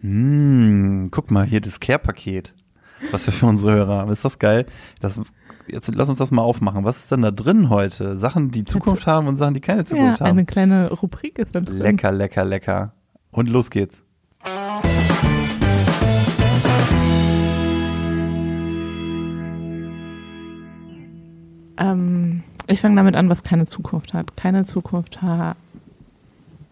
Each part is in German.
Hm, guck mal hier das Care-Paket, was wir für unsere Hörer haben. Ist das geil? Das, jetzt lass uns das mal aufmachen. Was ist denn da drin heute? Sachen, die Zukunft haben und Sachen, die keine Ja, Zukunft eine haben. kleine Rubrik ist dann drin. Lecker, lecker, lecker. Und los geht's. Ähm, ich fange damit an, was keine Zukunft hat. Keine Zukunft hat.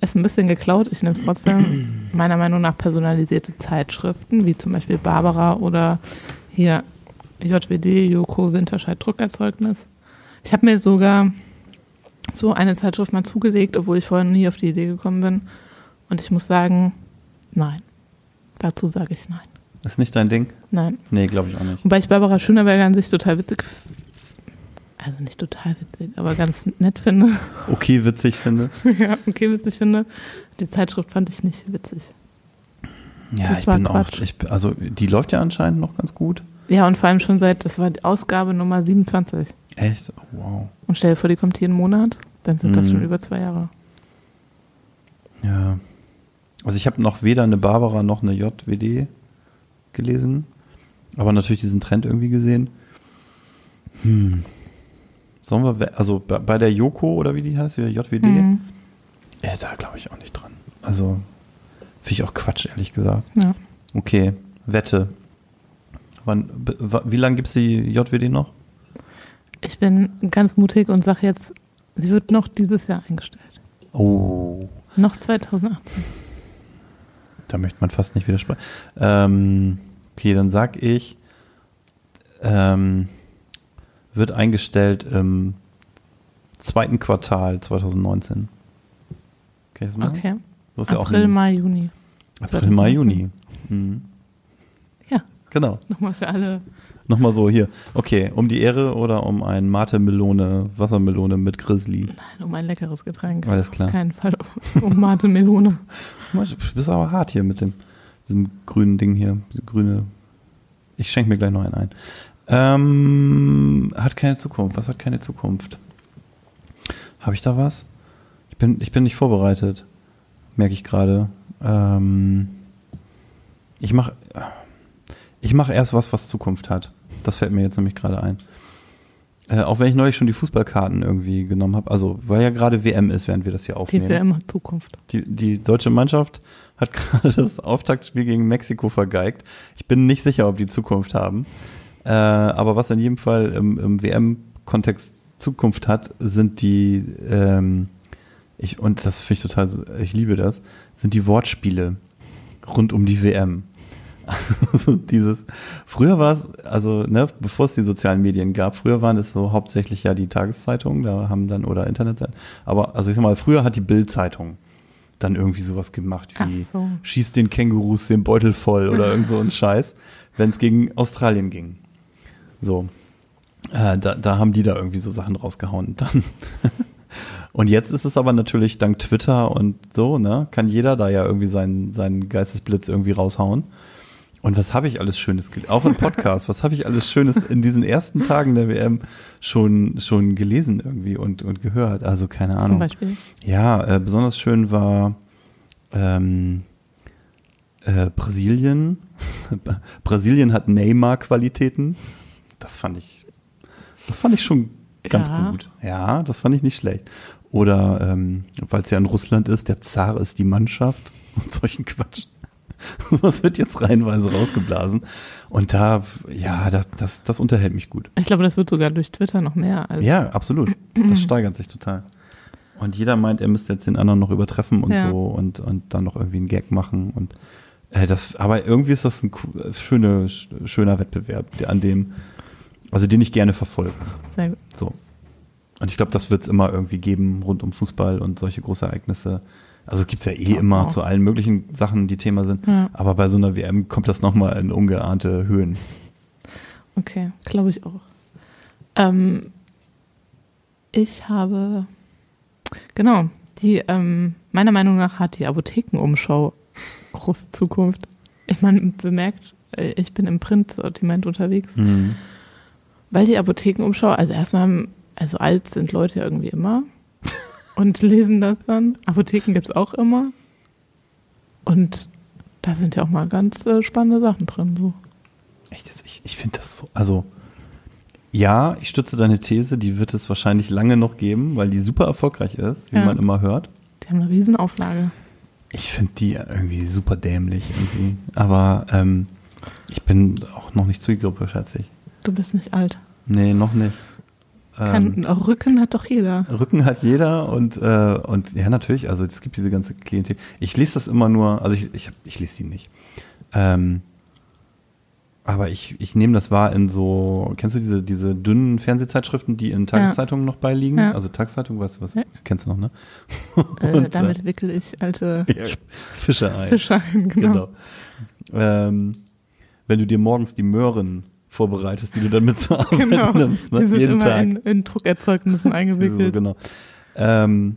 Ist ein bisschen geklaut, ich nehme es trotzdem. Meiner Meinung nach personalisierte Zeitschriften, wie zum Beispiel Barbara oder hier JWD, Joko, Winterscheid Druckerzeugnis. Ich habe mir sogar so eine Zeitschrift mal zugelegt, obwohl ich vorhin nie auf die Idee gekommen bin. Und ich muss sagen, nein. Dazu sage ich nein. Ist nicht dein Ding? Nein. Nee, glaube ich auch nicht. Wobei ich Barbara Schöneberger an sich total witzig, f- also nicht total witzig, aber ganz nett finde. Okay, witzig finde. ja, okay, witzig finde. Die Zeitschrift fand ich nicht witzig. Ja, Das ich war bin auch, Quatsch. ich, bin- also die läuft ja anscheinend noch ganz gut. Ja, und vor allem schon seit, das war die Ausgabe Nummer 27. Echt? Oh, wow. Und stell dir vor, die kommt jeden Monat, dann sind das Mhm. schon über zwei Jahre. Ja. Also ich habe noch weder eine Barbara noch eine JWD gelesen, aber natürlich diesen Trend irgendwie gesehen. Hm. Sollen wir, we- also bei- bei der Joko oder wie die heißt, wie der JWD, Mhm. äh, da glaube ich auch nicht dran. Also finde ich auch Quatsch, ehrlich gesagt. Ja. Okay, Wette. Wann, b- wa- wie lange gibt's die JWD noch? Ich bin ganz mutig und sage jetzt, sie wird noch dieses Jahr eingestellt. Oh, Noch 2018. Da möchte man fast nicht widersprechen. Ähm, okay, dann sag ich, ähm, wird eingestellt im zweiten Quartal 2019. Okay, das machen? Okay. Du hast ja auch April, einen- Mai, Juni. April, Mai, 2019. Juni. Mhm. Ja, Genau. nochmal für alle. Nochmal so hier. Okay, um die Ehre oder um ein Mate Melone, Wassermelone mit Grizzly. Nein, um ein leckeres Getränk. Alles klar. Auf keinen Fall um Mate Melone. Du bist aber hart hier mit dem diesem grünen Ding hier. Diese grüne. Ich schenke mir gleich noch einen ein. Ähm, hat keine Zukunft. Was hat keine Zukunft? Habe ich da was? Ich bin, ich bin nicht vorbereitet. Merke ich gerade. Ähm, ich mache ich mach erst was, was Zukunft hat. Das fällt mir jetzt nämlich gerade ein. Äh, auch wenn ich neulich schon die Fußballkarten irgendwie genommen habe. Also, weil ja gerade WM ist, während wir das hier aufnehmen. TVM hat Zukunft. Die, die deutsche Mannschaft hat gerade das Auftaktspiel gegen Mexiko vergeigt. Ich bin nicht sicher, ob die Zukunft haben. Äh, aber was in jedem Fall im, im WM-Kontext Zukunft hat, sind die, ähm, ich, und das finde ich total, so- ich liebe das, sind die Wortspiele rund um die WM. Also dieses, früher war es, also ne, bevor es die sozialen Medien gab, früher waren es so hauptsächlich ja die Tageszeitungen, da haben dann, oder Internetseiten, aber also ich sag mal, früher hat die Bild-Zeitung dann irgendwie sowas gemacht Ach wie so. schießt den Kängurus den Beutel voll oder irgend so ein Scheiß, wenn es gegen Australien ging. So. Äh, da, da haben die da irgendwie so Sachen rausgehauen. Und Dann und jetzt ist es aber natürlich dank Twitter und so, ne, kann jeder da ja irgendwie seinen, seinen Geistesblitz irgendwie raushauen. Und was habe ich alles Schönes, gel- auch im Podcast, was habe ich alles Schönes in diesen ersten Tagen der WM schon, schon gelesen irgendwie und, und gehört? Also keine Ahnung. Zum Beispiel. Ja, äh, besonders schön war ähm, äh, Brasilien. Brasilien hat Neymar-Qualitäten. Das fand ich, das fand ich schon ganz Ja. gut. Ja, das fand ich nicht schlecht. Oder ähm, weil es ja in Russland ist, der Zar ist die Mannschaft und solchen Quatsch. Was wird jetzt reihenweise rausgeblasen? Und da, ja, das, das, das unterhält mich gut. Ich glaube, das wird sogar durch Twitter noch mehr. Als Ja, absolut. Das steigert sich total. Und jeder meint, er müsste jetzt den anderen noch übertreffen und Ja. so und, und dann noch irgendwie einen Gag machen und äh, das, aber irgendwie ist das ein coo- äh, schöne, sch- schöner Wettbewerb, der- an dem, also den ich gerne verfolge. Sehr gut. So. Und ich glaube, das wird es immer irgendwie geben rund um Fußball und solche Großereignisse. Also es gibt ja eh Ja, immer auch. zu allen möglichen Sachen, die Thema sind. Ja. Aber bei so einer WM kommt das nochmal in ungeahnte Höhen. Okay, glaube ich auch. Ähm, ich habe, genau, die, ähm, meiner Meinung nach hat die Apothekenumschau große Zukunft. Ich meine, bemerkt, äh, ich bin im Printsortiment unterwegs, weil die Apothekenumschau, also erstmal, also alt sind Leute ja irgendwie immer und lesen das dann. Apotheken gibt es auch immer. Und Da sind ja auch mal ganz äh, spannende Sachen drin. So. Echt, jetzt? ich, ich finde das so. Also, ja, ich stütze deine These, die wird es wahrscheinlich lange noch geben, weil die super erfolgreich ist, wie Ja. man immer hört. Die haben eine Riesenauflage. Ich finde die irgendwie super dämlich irgendwie. Aber ähm, ich bin auch noch nicht zugegriffen, schätze ich. Du bist nicht alt. Nee, noch nicht. Ähm, Kann, Rücken hat doch jeder. Rücken hat jeder und, äh, und ja, natürlich, also es gibt diese ganze Klientel. Ich lese das immer nur, also ich, ich, ich lese die nicht. Ähm, aber ich, ich nehme das wahr in so, kennst du diese, diese dünnen Fernsehzeitschriften, die in Tageszeitungen noch beiliegen? Ja. Also Tageszeitungen, weißt du was? Ja. Kennst du noch, ne? Äh, Und, damit wickel ich alte äh, ja, Fische ein. Fische ein. Genau. Genau. Ähm, wenn du dir morgens die Möhren vorbereitest, die du dann mit zur Arbeit genau. nimmst, ne? Die sind jeden immer Tag. In, in Druckerzeugnissen So, eingewickelt. genau. Ähm,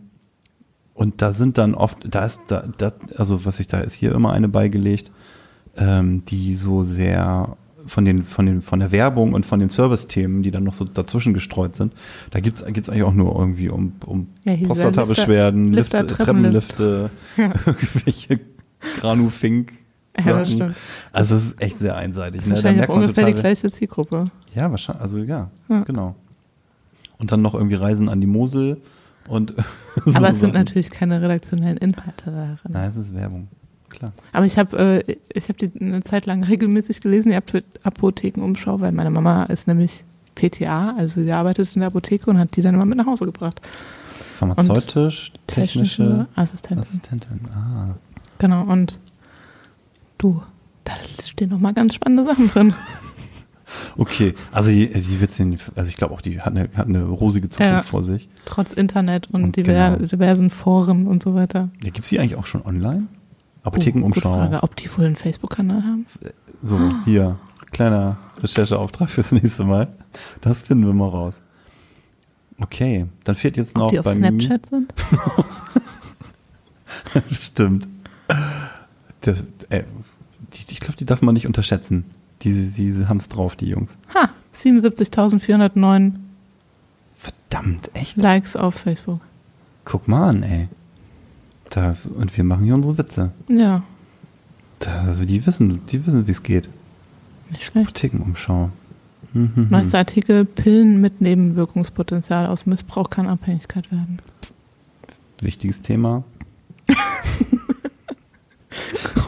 und da sind dann oft, da ist, da, da, also was ich da ist, hier immer eine beigelegt, ähm, die so sehr von den, von den, von der Werbung und von den Service-Themen, die dann noch so dazwischen gestreut sind, da geht's, geht's eigentlich auch nur irgendwie um, um Ja, hier dieser Prostatabeschwerden, Lifte, Lifter- Lifter, Treppenlifte, irgendwelche Granufink. Ja, das Sachen. stimmt. also es ist echt sehr einseitig. Das ist Ne? Da wahrscheinlich merkt auch man ungefähr total, die gleiche Zielgruppe. ja, wahrscheinlich, also ja, Ja. genau. Und dann noch irgendwie Reisen an die Mosel und so Aber es Sachen. sind natürlich keine redaktionellen Inhalte darin. Nein, es ist Werbung. Klar. Aber ich habe äh, ich hab die eine Zeit lang regelmäßig gelesen, die Apto- Apothekenumschau, weil meine Mama ist nämlich PTA, also sie arbeitet in der Apotheke und hat die dann immer mit nach Hause gebracht. Pharmazeutisch, technische Assistentin. Assistentin. Ah. Genau, und du, da stehen noch mal ganz spannende Sachen drin. Okay, also die, die wird sehen, also ich glaube auch, die hat eine, hat eine rosige Zukunft Ja. vor sich. Trotz Internet und, Und diver genau. diversen Foren und so weiter. Ja, gibt's die eigentlich auch schon online? Oh, gute Apothekenumschau. Frage, ob die wohl einen Facebook-Kanal haben? so, hier, kleiner Rechercheauftrag fürs nächste Mal. Das finden wir mal raus. Okay, dann fehlt jetzt Ob noch die auf bei mir. Snapchat sind? Stimmt. Das, äh, die, ich glaube, die darf man nicht unterschätzen. Die, die haben es drauf, die Jungs. Ha, 77.409 Verdammt, echt? Likes auf Facebook. Guck mal an, ey. Da, und wir machen hier unsere Witze. Ja, Da, also die wissen, die wissen, wie es geht. nicht schlecht. Apothekenumschau. Neuester Mhm. Artikel, Pillen mit Nebenwirkungspotenzial aus Missbrauch kann Abhängigkeit werden. Wichtiges Thema. Gut,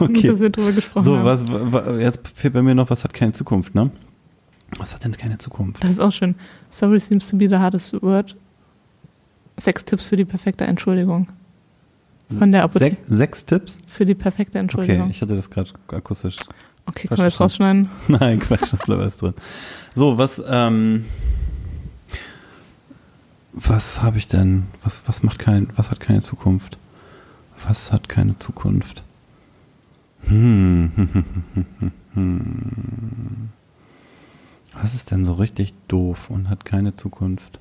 dass okay. wir drüber gesprochen So, haben. was, wa- jetzt fehlt bei mir noch, was hat keine Zukunft, ne? Was hat denn keine Zukunft? Das ist auch schön. Sorry seems to be the hardest word. Sechs Tipps für die perfekte Entschuldigung. Von der Apotheke. Sech, sechs Tipps? Für die perfekte Okay, Entschuldigung. Okay, ich hatte das gerade akustisch können wir das rausschneiden? Nein, Quatsch, das bleibt alles drin. So, was, ähm, was habe ich denn? Was, was macht kein, was hat keine Zukunft? Was hat keine Zukunft? Hm. Was ist denn so richtig doof und hat keine Zukunft?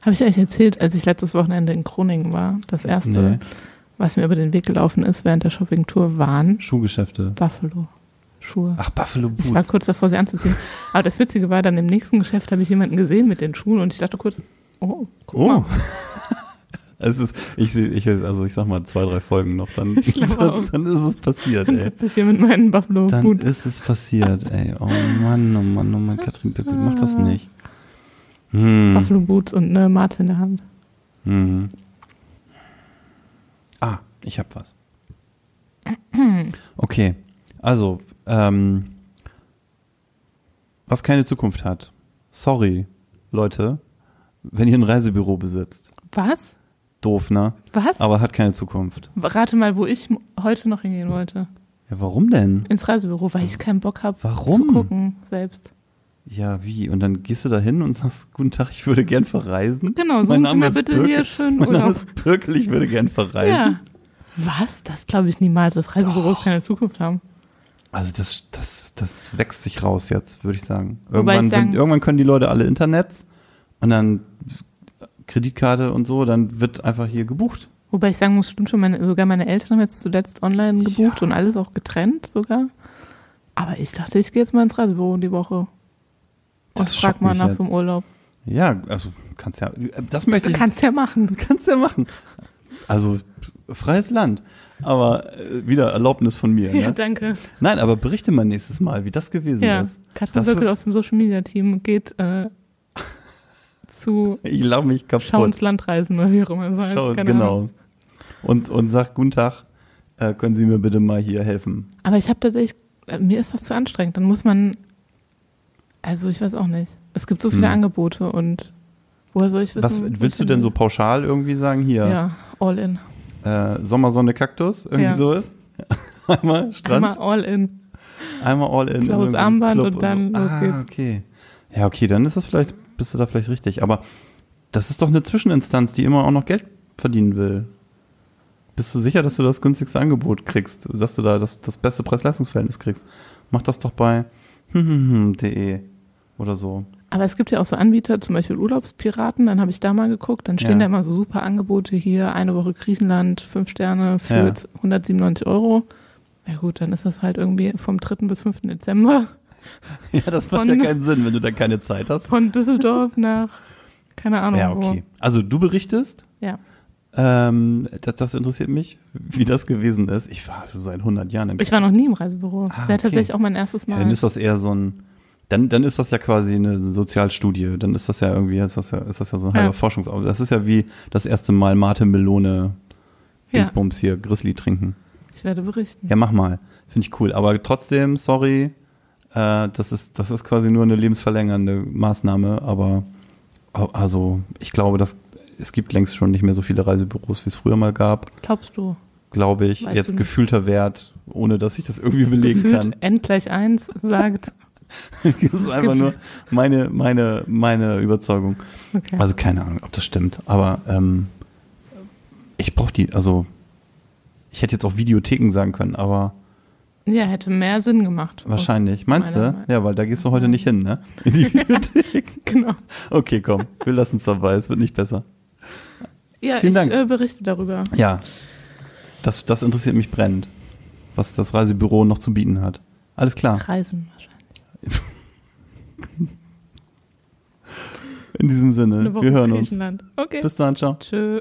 Habe ich euch erzählt, als ich letztes Wochenende in Groningen war, das erste, Nee. was mir über den Weg gelaufen ist während der Shoppingtour, waren Schuhgeschäfte. Buffalo-Schuhe. Ach, Buffalo Ich war Boots. kurz davor, sie anzuziehen. Aber das Witzige war, dann im nächsten Geschäft habe ich jemanden gesehen mit den Schuhen und ich dachte kurz, oh, guck Oh. mal. Es ist, ich, seh- ich, also ich sag mal zwei, drei Folgen noch, dann, Ich glaub dann, auch. dann ist es passiert, Dann ey. sitze ich hier mit meinen buffalo äh, Dann äh, Boots. ist es passiert, ey. Oh Mann, oh Mann, oh Mann, Katrin Bippel, mach das Ah. nicht. Hm. Buffalo Boots und eine Mate in der Hand. Hm. Ah, ich hab was. Okay, also, ähm, was keine Zukunft hat. Sorry, Leute, wenn ihr ein Reisebüro besitzt. Was? Doof, ne? Was? Aber hat keine Zukunft. Rate mal, wo ich m- heute noch hingehen wollte. Ja, warum denn? Ins Reisebüro, weil ich keinen Bock habe Warum? zu gucken selbst. Ja, wie? Und dann gehst du da hin und sagst, guten Tag, ich würde gern verreisen. Genau, Mein suchen Sie Name mir ist bitte Birke. hier schön Mein Name Urlaub. ist Birkel, ich würde gern verreisen. Ja. Was? Das glaube ich niemals, dass Reisebüros keine Zukunft haben. Also das, das, das wächst sich raus jetzt, würde ich sagen. Wobei Irgendwann, ich sagen- sind, irgendwann können die Leute alle Internets und dann Kreditkarte und so, dann wird einfach hier gebucht. Wobei ich sagen muss, stimmt schon, meine, sogar meine Eltern haben jetzt zuletzt online gebucht und alles auch getrennt sogar. Aber ich dachte, ich gehe jetzt mal ins Reisebüro die Woche. Und Das frag schockt mal mich nach jetzt. so einem Urlaub. Ja, also kannst ja, das möchte Du ich, kannst ja machen. kannst ja machen. Also freies Land, aber äh, wieder Erlaubnis von mir. Ja, Ne? danke. Nein, aber berichte mal nächstes Mal, wie das gewesen Ja, ist. Katrin Das Söckel wird- aus dem Social Media Team geht äh, zu Ich lau mich Schau kaputt. ins Landreisen oder wie auch immer es heißt. Schau, keine genau. Ahnung. Und, und sag, guten Tag, äh, können Sie mir bitte mal hier helfen? Aber ich habe tatsächlich, äh, mir ist das zu anstrengend. Dann muss man, also ich weiß auch nicht. Es gibt so viele Hm. Angebote und woher soll ich wissen? Was wo ich willst du denn so hin pauschal irgendwie sagen? will? Hier, Ja, all in. äh, Sommersonne, Kaktus, irgendwie Ja. so ist. Einmal Strand, Einmal all in. einmal all in. Blaues irgendwie Armband Club und dann so. los ah, geht's. okay. Ja, okay, dann ist das vielleicht, bist du da vielleicht richtig. Aber das ist doch eine Zwischeninstanz, die immer auch noch Geld verdienen will. Bist du sicher, dass du das günstigste Angebot kriegst? Dass du da das, das beste Preis-Leistungs-Verhältnis kriegst? Mach das doch bei hm, .de oder so. Aber es gibt ja auch so Anbieter, zum Beispiel Urlaubspiraten, dann habe ich da mal geguckt, dann stehen Ja. da immer so super Angebote hier, eine Woche Griechenland, fünf Sterne für Ja. 197 Euro. Ja gut, dann ist das halt irgendwie vom 3. bis 5. Dezember Ja, das macht ja Von- keinen Sinn, wenn du da keine Zeit hast. von Düsseldorf nach, keine Ahnung Ja, okay. Also du berichtest, wo. Ja. ähm, das, das interessiert mich, wie das gewesen ist. Ich war schon seit 100 Jahren im Ich war noch nie im Reisebüro. Ah, das wäre okay. tatsächlich auch mein erstes ja, Mal. Dann ist das eher so ein, dann, dann ist das ja quasi eine Sozialstudie. Dann ist das ja irgendwie, ist das ja, ist das ja so ein Ja. halber Forschungsaufwand. Das ist ja wie das erste Mal Mate Melone Ja. Dingsbums hier, Grizzly trinken. ich werde berichten. Ja, mach mal. Finde ich cool. Aber trotzdem, sorry, äh, das, ist, das ist quasi nur eine lebensverlängernde Maßnahme. Aber au- also, ich glaube, dass, es gibt längst schon nicht mehr so viele Reisebüros, wie es früher mal gab. Glaubst du? Glaube ich, Weißt du jetzt nicht. gefühlter Wert, ohne dass ich das irgendwie belegen Gefühlt kann. N gleich 1 sagt. Das ist einfach gibt's- nur meine, meine, meine Überzeugung. Okay. Also keine Ahnung, ob das stimmt. Aber ähm, ich brauche die, also ich hätte jetzt auch Videotheken sagen können, aber ja, hätte mehr Sinn gemacht. wahrscheinlich. Meinst meiner du? Meinung. Ja, weil da gehst du heute nicht hin, ne? In die Videothek. Genau. Okay, komm, wir lassen es dabei, es wird nicht besser. Ja, Vielen ich Dank. Äh, berichte darüber. Ja, das, das interessiert mich brennend, was das Reisebüro noch zu bieten hat. Alles klar. Reisen wahrscheinlich. In diesem Sinne, Eine Woche wir hören uns. Griechenland. Okay. Bis dann, ciao. Tschö.